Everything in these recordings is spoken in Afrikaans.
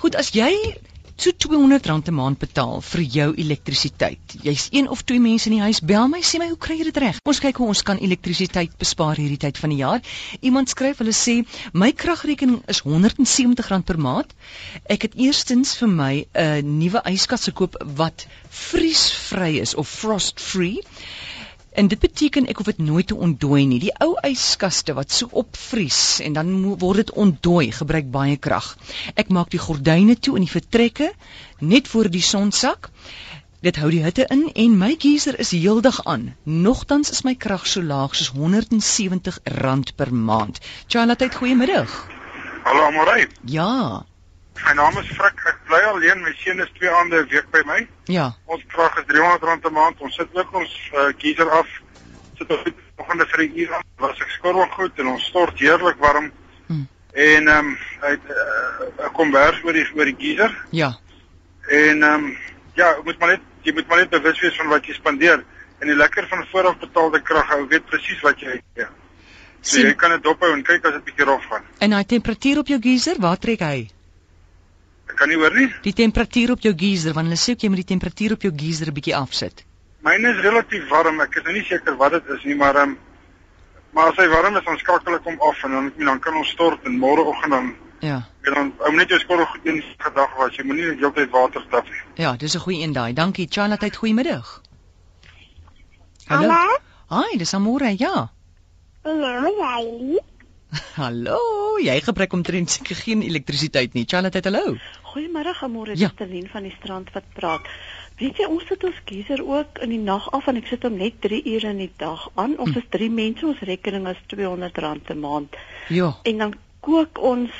Goed, as jy so R200 'n maand betaal vir jou elektrisiteit. Jy's een of twee mense in die huis. Bel my, sê my hoe kry jy dit reg? Ons kyk hoe ons kan elektrisiteit bespaar hierdie tyd van die jaar. Iemand skryf, hulle sê my kragrekening is R170 per maand. Ek het eerstens vir my 'n nuwe yskas gekoop wat vriesvry is of frost free. En dit beteken ek hoef dit nooit te ontdooi nie. Die ou yskaste wat so opvries en dan mo- word dit ontdooi, gebruik baie krag. Ek maak die gordyne toe in die vertrekke net voor die son sak. Dit hou die hitte in en my geyser is heeldag aan. Nogtans is my krag so laag soos R170 per maand. Charlotte, goeiemiddag. Hallo Amorey. Ja. My naam is Frik. Ek bly alleen. My seun is 2 aande 'n week by my. Ja. Ons krag is R300 'n maand. Ons sit ook ons uh, geyser af. Sit op die oggende vir 'n uur aan. Was ek skorrel goed en ons stort heerlik warm. Hm. En ehm um, uit 'n uh, kombers oor die oor die geyser Ja. en ehm um, ja, jy moet maar net jy moet maar net bewus wees van wat jy spandeer en die lekker van vooraf betaalde krag. Ou weet presies wat jy uitgee. So jy Sien, kan dit dophou en kyk as dit bietjie rof gaan. en hy temperatuur op jou geyser, waar trek hy? Ek kan nie hoor nie. Die temperatuur op jou geyser, want hulle sê ook jy moet die temperatuur op jou geyser 'n bietjie afsit. Myne is relatief warm. Ek is nou nie seker wat dit is nie, maar ehm um, maar as hy warm is, dan skakel ek hom af en dan dan kan ons stort en môreoggend dan Ja. dan ou net jou skorrel goed in gedag was. Jy moenie net heeltyd water tap nie. Ja, dis 'n goeie een daai. Dankie Charlotte, goeiemiddag. Hallo? Hi, dis Amore, Ja, ja. Riley. Hallo, jy gebruik omtrent seker geen elektrisiteit nie. Charlotte, hallo. Goeiemôre, Amore, Ja. dis Telien van die strand wat praat. Weet jy, ons sit ons geyser ook in die nag af en ek sit hom net 3 ure in die dag aan. Ons Hm. is 3 mense, ons rekening is R200 'n maand. Ja. En dan kook ons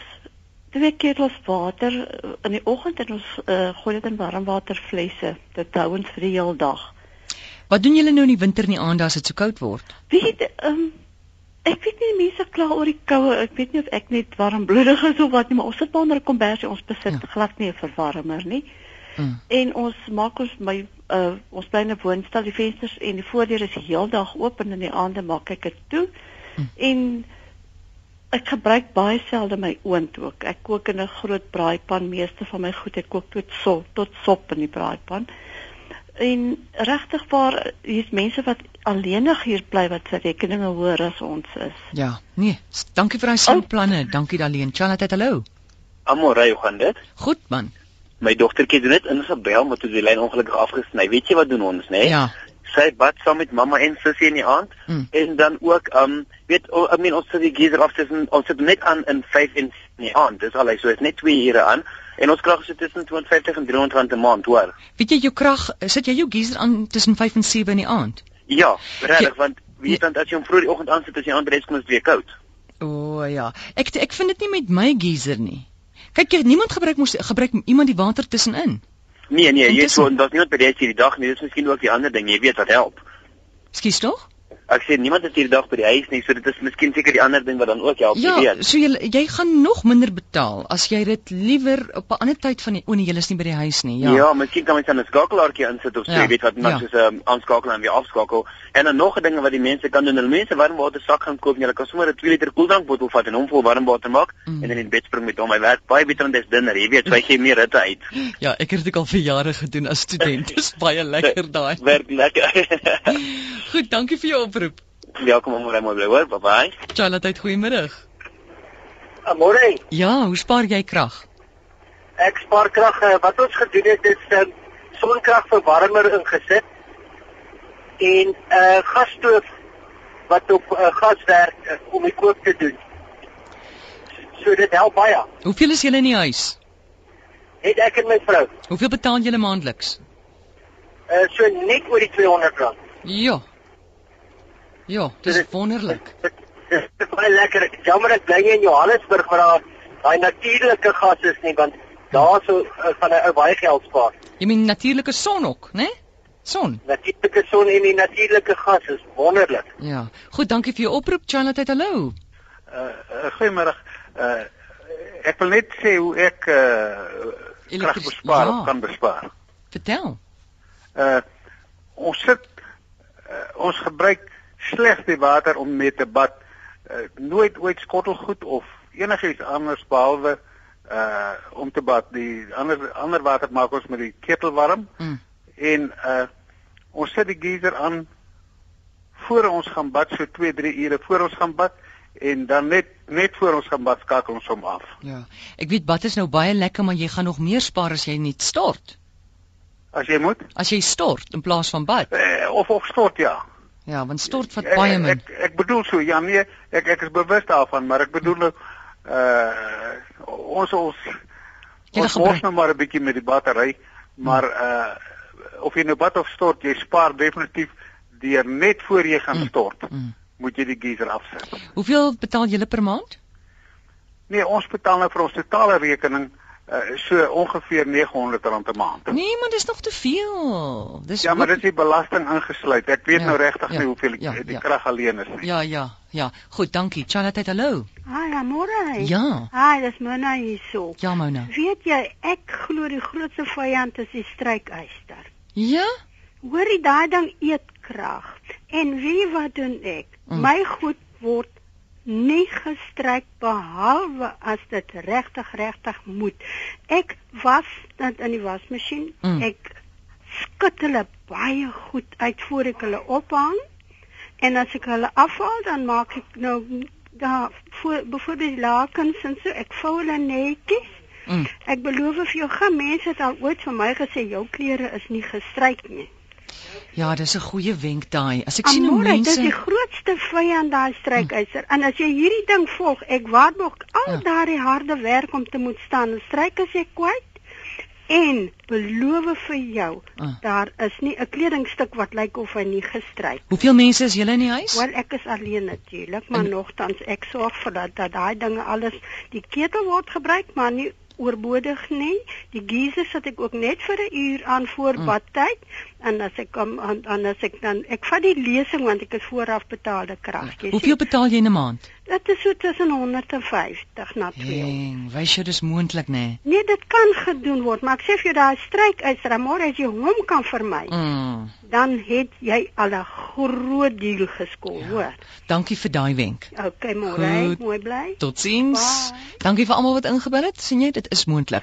twee ketels water eh, in die oggend en ons uh, gooi dit in warmwaterflesse. Dit hou ons vir die heel dag. Wat doen julle nou in die winter in die aande as dit so koud word? Weet jy, ehm um, ek weet nie mense kla oor die koue. Ek weet nie of ek net warmbloedig is of wat nie, maar ons sit maar onder 'n kombers en ons besit Ja. ja. glad nie 'n verwarmer nie. Mm. En ons maak ons my uh, ons bly in 'n woonstel, die vensters en die voordeur is heeldag oop en in die aande maak ek dit toe. Mm. Mm. En ek gebruik baie selde my oond ook. Ek kook in 'n groot braaipan meeste van my goed. Ek kook tot sop, tot sop in die braaipan. En regtig waar hier's mense wat alleenig hier bly wat se rekeninge hoër as ons is. Ja. Nee, s- dankie vir daai slim planne. Dankie Daleen. Charlotte, hallo. Amorey, hoe gaan dit? Goed man. My dogtertjie het net ingebel, maar toe die lyn ongelukkig afgesny. Weet jy wat doen ons, né? Ja. Sy bad saam met mamma en sussie in die aand Mm. en dan ook um weet oh, I mean ons sit die geyser af tussen ons sit net aan in 5 en 6 in die aand. Dis al hy so is net 2 ure aan en ons krag is so tussen 250 en 300 rand 'n maand, hoor. Weet jy jou krag, sit jy jou geyser aan tussen 5 en 7 in die aand? Ja, Ja. regtig want weet dan as jy hom vroeg die oggend aansit as jy aan bereik kom is dit weer koud. O oh, ja. Ek ek vind dit nie met my geyser nie. Kyk, jy- niemand gebruik mos gebruik iemand die water tussenin. Nee nee, jy Intussen- so en daar's niemand bereik hierdie dag nie. Dis miskien ook die ander ding, jy weet wat help. Skus tog? Ek sê niemand is hierdie dag by die huis nie, so dit is miskien seker die ander ding wat dan ook help, Ja, jy weet. so jy jy gaan nog minder betaal as jy dit liewer op 'n ander tyd van die o nee, jy is nie by die huis nie. Ja. Ja. ja, miskien kan mens dan 'n skakelaartjie insit of so, Ja, jy weet wat mens ja. ja. soos 'n um, aanskakel en weer afskakel. En dan nog 'n ding wat die mense kan doen, hulle mense warm water sak gaan koop en hulle kan sommer 'n 2 liter koeldrankbottel vat en hom vol warm water maak Mm. mm. en dan in bed spring met hom. Hy werk baie beter dan dis dinner, jy weet, so hy gee meer hitte uit. ja, ek het dit ook al vir jare gedoen as student. Dis baie lekker daai. Werk lekker. Ja, Goed, dankie vir jou oproep. Welkom om oor my bly hoor. Bye bye. Charlotte, goeiemiddag. Amore, Ja, hoe spaar jy krag? ek spaar krag. eh, Wat ons gedoen het is um, sonkragverwarmer ingesit en 'n uh, gasstoof wat op uh, gas werk eh, om die kook te doen. So dit help baie. Hoeveel is julle in die huis? Het ek en my vrou Hoeveel betaal julle maandeliks? uh, so net oor die 200 rand. Ja. Ja, dis wonderlik. Dit dit is baie lekker. Ek- Jammer ek bly nie in Johannesburg waar daar daai natuurlike gas is nie want daarso uh, gaan 'n ou baie geld spaar. Jy meen natuurlike son ook, né? Son. Natuurlike son en die natuurlike gas is wonderlik. Ja. Goed, dankie vir jou oproep Charlotte. Hallo. Uh, goeiemôre. Uh, ek wil net sê hoe ek uh, Elektris- bespaar ja. of kan bespaar. Vertel. uh ons sit uh, ons gebruik slegs die water Eh, om mee te bad. Uh, nooit ooit skottelgoed of enigiets anders behalwe uh om te bad. Die ander ander water maak ons met die ketel warm Mm. en uh ons sit die geyser aan voor ons gaan bad so 2 3 ure voor ons gaan bad en dan net net voor ons gaan bad skakel ons hom af. Ja. Ek weet bad is nou baie lekker, maar jy gaan nog meer spaar as jy net stort. As jy moet As jy stort in plaas van bad. uh, of of stort ja. Ja, want stort vat Ek- baie min. Ek ek bedoel so ja nee, ek ek is bewus daarvan, maar ek bedoel nou uh ons ons Julle ons gebruik- mors nou maar 'n bietjie met die battery, maar Hmm. uh of jy nou bad of stort, jy spaar definitief deur net voor jy gaan stort, Mm. moet jy die geyser afsit. Hoeveel betaal julle per maand? Nee, ons betaal nou vir ons totale rekening uh so ongeveer R900 'n maand. Nee, maar dis nog te veel. Dis Ja, maar ook- dis die belasting ingesluit. Ek weet Ja, nou regtig ja, nie hoeveel die, ja, die ja. krag alleen is nie. Ja, ja, ja. Goed, dankie. Charlotte, hallo. Hi, Amore. Ja. Hi, dis Mona hierso. Ja, Mona. Weet jy, ek glo die grootste vyand is die strykyster. Ja? Hoor jy daai ding eetkrag. En wie wat doen ek? Mm. My goed word nie gestryk behalwe as dit regtig regtig moet. Ek was dit in die wasmasjien. Mm. Ek skud hulle baie goed uit voor ek hulle ophang. En as ek hulle afhaal, dan maak ek nou daar voor byvoorbeeld die lakens en so ek vou hulle netjies Mm. Ek beloof vir jou, geen mens het al ooit vir my gesê jou klere is nie gestryk nie. Ja, dis 'n goeie wenk daai. As ek sien hoe Amore, dit is die mense Hmm. grootste vyand daai strykyser. En as jy hierdie ding volg, ek waarborg al Ja. daardie harde werk om te moet staan en stryk as jy kwyt. En beloof vir jou, Ah. daar is nie 'n kledingstuk wat lyk of hy nie gestryk. Hoeveel mense is julle in die huis? Wel ek is alleen natuurlik, maar En- nogtans ek sorg vir dat dat daai dinge alles die ketel word gebruik, maar nie oorbodig nie. Die geyser sit ek ook net vir 'n uur aan voor Mm. mm. badtyd en as ek kom aan aan as ek dan ek vat die lesing want ek is vooraf betaalde krag. Jy Hoeveel sien, betaal jy in 'n maand? dit is so tussen 150 na 200. Heng, wys jy dis moontlik nê? Nee, dit kan gedoen word, maar ek sê vir jou daai stryk uit Ramore as jy hom kan vermy, mm. Mm. dan het jy al 'n groot deal geskoor, ja. hoor. Dankie vir daai wenk. Okay, môre, Goed. mooi bly. Totsiens. Bye. Dankie vir almal wat ingebel het. sien jy, dit is moontlik.